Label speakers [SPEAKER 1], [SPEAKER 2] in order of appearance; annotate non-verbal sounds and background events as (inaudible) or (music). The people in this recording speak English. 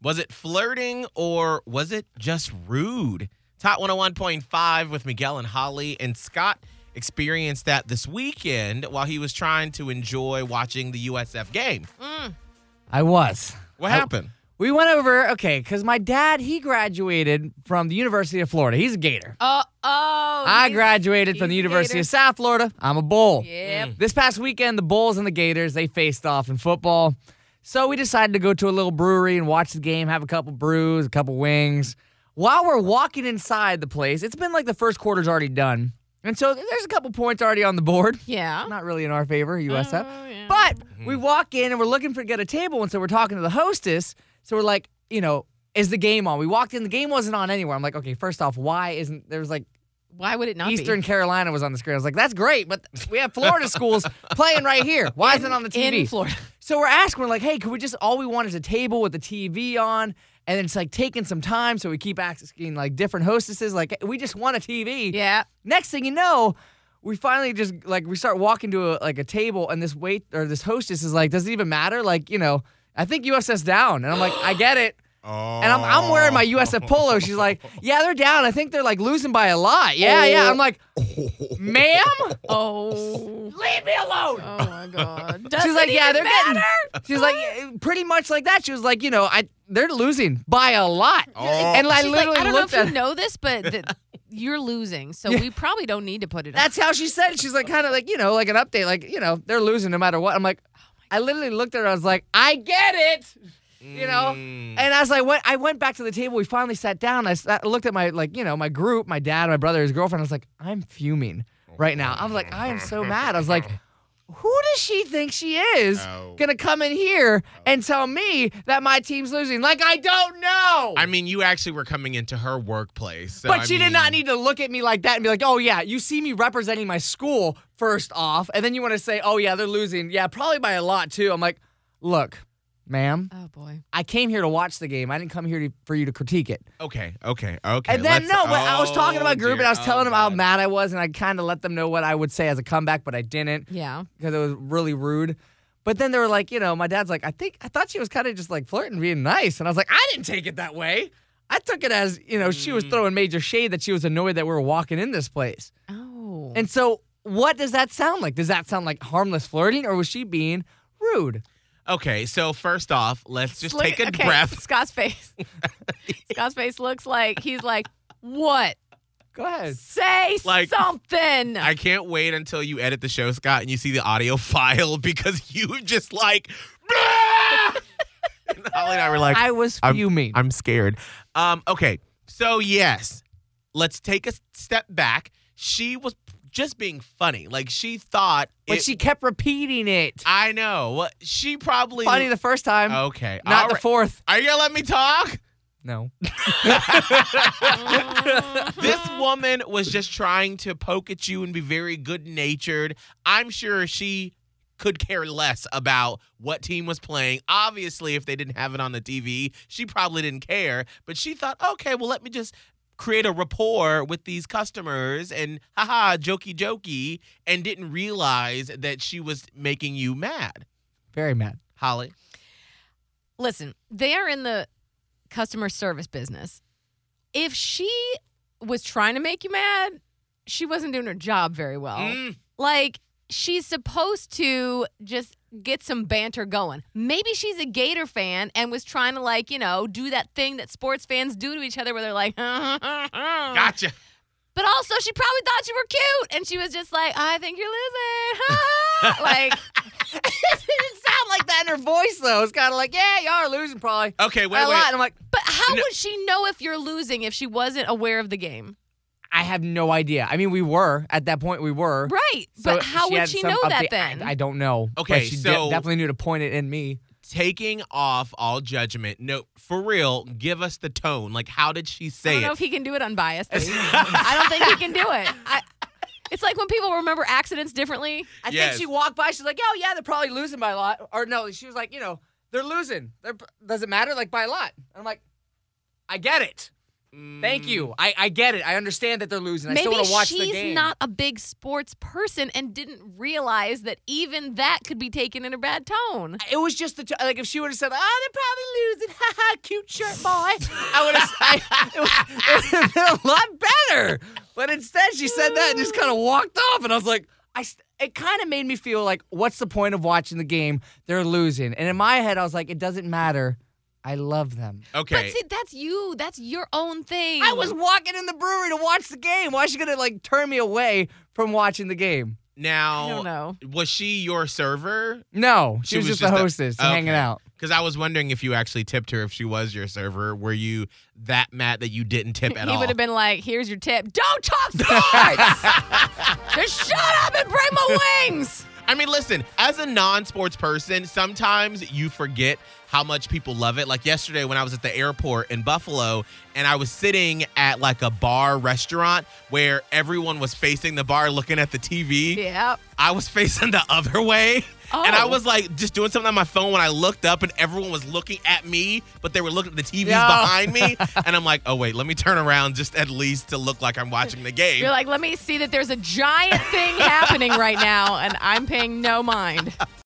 [SPEAKER 1] Was it flirting or was it just rude? Top 101.5 with Miguel and Holly. And Scott experienced that this weekend while he was trying to enjoy watching the USF game.
[SPEAKER 2] I was.
[SPEAKER 1] What
[SPEAKER 2] I-
[SPEAKER 1] happened?
[SPEAKER 2] We went over, okay, because my dad, he graduated from the University of Florida. He's a gator.
[SPEAKER 3] Uh oh.
[SPEAKER 2] I
[SPEAKER 3] he's-
[SPEAKER 2] graduated from
[SPEAKER 3] he's
[SPEAKER 2] the
[SPEAKER 3] a
[SPEAKER 2] University
[SPEAKER 3] gator.
[SPEAKER 2] of South Florida. I'm a bull.
[SPEAKER 3] Yep.
[SPEAKER 2] This past weekend, the Bulls and the Gators, they faced off in football. So we decided to go to a little brewery and watch the game, have a couple brews, a couple wings. While we're walking inside the place, it's been like the first quarter's already done. And so there's a couple points already on the board.
[SPEAKER 3] Yeah.
[SPEAKER 2] Not really in our favor, USF.
[SPEAKER 3] Oh, yeah.
[SPEAKER 2] But we walk in and we're looking for to get a table, and so we're talking to the hostess. So we're like, you know, is the game on? We walked in, the game wasn't on anywhere. I'm like, okay, first off, why isn't there was like
[SPEAKER 3] Why would it not
[SPEAKER 2] Eastern
[SPEAKER 3] be?
[SPEAKER 2] Carolina was on the screen. I was like, that's great, but we have Florida
[SPEAKER 3] (laughs)
[SPEAKER 2] schools playing right here. Why isn't it on the TV? (laughs)
[SPEAKER 3] In Florida.
[SPEAKER 2] So we're asking, we're like, hey, could we just all we want is a table with the TV on? And it's like taking some time, so we keep asking like different hostesses, like we just want a TV.
[SPEAKER 3] Yeah.
[SPEAKER 2] Next thing you know, we finally just like we start walking to a, like a table, and this wait or this hostess is like, "Does it even matter?" Like, you know, I think USF's down, and I'm like, "I get it," and I'm I'm wearing my USF polo. She's like,
[SPEAKER 3] (laughs)
[SPEAKER 2] "Yeah, they're down. I think they're like losing by a lot." Yeah, yeah. I'm like, "Ma'am,
[SPEAKER 3] (laughs) Oh.
[SPEAKER 2] leave me alone."
[SPEAKER 3] Oh
[SPEAKER 2] (laughs)
[SPEAKER 3] my God. Does
[SPEAKER 2] She's like,
[SPEAKER 3] it
[SPEAKER 2] "Yeah, they're
[SPEAKER 3] even matter?
[SPEAKER 2] getting." She's like,
[SPEAKER 3] (laughs)
[SPEAKER 2] pretty much like that. She was like, "You know, I they're losing by a lot," and I
[SPEAKER 3] Oh. She's like,
[SPEAKER 2] literally
[SPEAKER 3] I don't know
[SPEAKER 2] looked
[SPEAKER 3] if
[SPEAKER 2] at.
[SPEAKER 3] you
[SPEAKER 2] her.
[SPEAKER 3] know
[SPEAKER 2] (laughs)
[SPEAKER 3] this, but th- you're losing, so we probably don't need to put it.
[SPEAKER 2] That's how she said it. She's like, kind of like, you know, like an update, like, you know, they're losing no matter what. I'm like, I literally looked at her. I was like, I get it. You know?
[SPEAKER 1] Mm.
[SPEAKER 2] And I was like, what? I went back to the table. We finally sat down. I, s- I looked at my, like, you know, my group, my dad, my brother, his girlfriend. I was like, I'm fuming right now. I was like, I am so mad. I was like, who does she think she is
[SPEAKER 4] Oh.
[SPEAKER 2] gonna come in here and tell me that my team's losing? Like, I don't know.
[SPEAKER 1] I mean, you actually were coming into her workplace. so
[SPEAKER 2] But
[SPEAKER 1] I
[SPEAKER 2] she did not
[SPEAKER 1] mean-
[SPEAKER 2] need to look at me like that and be like, oh, yeah, you see me representing my school first off. And then you want to say, oh, yeah, they're losing. Yeah, probably by a lot, too. I'm like, look, ma'am,
[SPEAKER 3] oh boy.
[SPEAKER 2] I came here to watch the game. I didn't come here to, for you to critique it.
[SPEAKER 1] Okay, okay, okay.
[SPEAKER 2] and then,
[SPEAKER 1] let's-
[SPEAKER 2] no, but I was talking to my
[SPEAKER 1] oh,
[SPEAKER 2] group and
[SPEAKER 1] dear.
[SPEAKER 2] I was
[SPEAKER 1] Oh,
[SPEAKER 2] telling them how
[SPEAKER 1] God.
[SPEAKER 2] mad I was. And I kind of let them know what I would say as a comeback, but I didn't
[SPEAKER 3] Yeah.
[SPEAKER 2] because it was really rude. But then they were like, you know, my dad's like, I think I thought she was kind of just like flirting, being nice, and I was like, I didn't take it that way. I took it as you know she
[SPEAKER 1] Hmm.
[SPEAKER 2] was throwing major shade that she was annoyed that we were walking in this place.
[SPEAKER 3] Oh.
[SPEAKER 2] And so, what does that sound like? Does that sound like harmless flirting, or was she being rude?
[SPEAKER 1] Okay, so first off, let's just
[SPEAKER 3] Look-
[SPEAKER 1] take a
[SPEAKER 3] okay,
[SPEAKER 1] breath.
[SPEAKER 2] (laughs)
[SPEAKER 3] Scott's face. Scott's face looks like he's like, what?
[SPEAKER 2] Go ahead.
[SPEAKER 3] Say
[SPEAKER 1] Like,
[SPEAKER 2] (laughs)
[SPEAKER 3] something.
[SPEAKER 1] I can't wait until you edit the show, Scott, and you see the audio (laughs) file because you just like. (laughs) "Blah!" and Holly and I were like,
[SPEAKER 2] I was
[SPEAKER 1] I'm-
[SPEAKER 2] fuming.
[SPEAKER 1] I'm scared. Um, okay, so yes, let's take a step back. She was just being funny. Like she thought.
[SPEAKER 2] but
[SPEAKER 1] it-
[SPEAKER 2] she kept repeating it.
[SPEAKER 1] I Oh, know. She probably.
[SPEAKER 2] Funny the first time,
[SPEAKER 1] Okay.
[SPEAKER 2] not
[SPEAKER 1] all
[SPEAKER 2] the
[SPEAKER 1] right.
[SPEAKER 2] fourth.
[SPEAKER 1] Are you gonna let me talk?
[SPEAKER 2] No.
[SPEAKER 1] (laughs)
[SPEAKER 2] (laughs)
[SPEAKER 1] This woman was just trying to poke at you and be very good natured. I'm sure she could care less about what team was playing. Obviously, if they didn't have it on the TV, she probably didn't care. But she thought, okay, well, let me just create a rapport with these customers and haha, jokey jokey, and didn't realize that she was making you mad.
[SPEAKER 2] Very mad. (laughs)
[SPEAKER 1] Holly.
[SPEAKER 3] Listen, they are in the customer service business. If she was trying to make you mad, she wasn't doing her job very well.
[SPEAKER 1] Mm.
[SPEAKER 3] Like, she's supposed to just get some banter going. Maybe she's a Gator fan and was trying to, like, you know, do that thing that sports fans do to each other where they're like, (laughs)
[SPEAKER 1] Gotcha.
[SPEAKER 3] But also, she probably thought you were cute, and she was just like, "I think you're
[SPEAKER 1] (laughs)
[SPEAKER 3] losing." (laughs) like,
[SPEAKER 2] it didn't sound like that in her voice though. It's kind of like, yeah, y'all are losing probably.
[SPEAKER 1] Okay,
[SPEAKER 2] by
[SPEAKER 1] wait,
[SPEAKER 2] a
[SPEAKER 1] wait.
[SPEAKER 2] lot. And I'm like,
[SPEAKER 3] but how
[SPEAKER 1] No.
[SPEAKER 3] would she know if you're losing if she wasn't aware of the game?
[SPEAKER 2] I have no idea. I mean, we were at that point. We were.
[SPEAKER 3] Right.
[SPEAKER 2] So
[SPEAKER 3] but how would
[SPEAKER 2] had
[SPEAKER 3] she
[SPEAKER 2] some
[SPEAKER 3] know that
[SPEAKER 2] update-
[SPEAKER 3] then?
[SPEAKER 2] I, I don't know.
[SPEAKER 1] Okay,
[SPEAKER 2] but she de-
[SPEAKER 1] so-
[SPEAKER 2] definitely knew to point it in me.
[SPEAKER 1] taking off all judgment. No, for real, give us the tone. Like, how did she
[SPEAKER 3] I
[SPEAKER 1] say
[SPEAKER 3] don't know
[SPEAKER 1] it?
[SPEAKER 3] if he can do it
[SPEAKER 2] (laughs)
[SPEAKER 3] unbiasedly. I don't think he can do it. I, it's like when people remember accidents differently.
[SPEAKER 2] I
[SPEAKER 1] Yes.
[SPEAKER 2] think she walked by. She's like, oh yeah, they're probably losing by a lot. Or no, she was like, you know, they're losing. They're, does it matter? Like by a lot. And I'm like, I get it.
[SPEAKER 1] Mm.
[SPEAKER 2] Thank you. I, I get it. I understand that they're losing. I still
[SPEAKER 3] Maybe
[SPEAKER 2] want to watch
[SPEAKER 3] she's
[SPEAKER 2] the game.
[SPEAKER 3] not a big sports person and didn't realize that even that could be taken in a bad tone.
[SPEAKER 2] it was just the t- like if she would have said, "Oh, they're probably losing, (laughs) ha ha, cute shirt boy," I (laughs) would have. It would have been a lot better. But instead, she said that and just kind of walked off, and I was like, I. St- it kind of made me feel like, what's the point of watching the game? They're losing, and in my head, I was like, it doesn't matter. I love them.
[SPEAKER 1] Okay.
[SPEAKER 3] But see, that's you. That's your own thing.
[SPEAKER 2] I was walking in the brewery to watch the game. Why is she gonna like turn me away from watching the game?
[SPEAKER 3] I
[SPEAKER 1] now,
[SPEAKER 3] don't know.
[SPEAKER 1] was she your server?
[SPEAKER 2] No, she,
[SPEAKER 1] She
[SPEAKER 2] was,
[SPEAKER 1] was
[SPEAKER 2] just the
[SPEAKER 1] just
[SPEAKER 2] hostess
[SPEAKER 1] okay.
[SPEAKER 2] hanging out.
[SPEAKER 1] Because I was wondering if you actually tipped her. If she was your server, were you that mad that you didn't
[SPEAKER 3] (laughs)
[SPEAKER 1] tip at
[SPEAKER 3] he
[SPEAKER 1] all?
[SPEAKER 3] would have been like, "Here's your tip. Don't
[SPEAKER 2] (laughs)
[SPEAKER 3] talk sports. Just shut up and bring my wings."
[SPEAKER 1] I mean, listen, as a non sports person, sometimes you forget how much people love it. Like yesterday when I was at the airport in Buffalo and I was sitting at like a bar restaurant where everyone was facing the bar looking at the TV.
[SPEAKER 3] Yep.
[SPEAKER 1] I was facing the other way. And I
[SPEAKER 3] Oh.
[SPEAKER 1] was like just doing something on my phone when I looked up and everyone was looking at me, but they were looking at the TVs
[SPEAKER 2] Yeah.
[SPEAKER 1] behind me. and I'm like, oh, wait, let me turn around just at least to look like I'm watching the game.
[SPEAKER 3] You're like, let me see that there's a giant thing happening right now, and I'm paying no mind.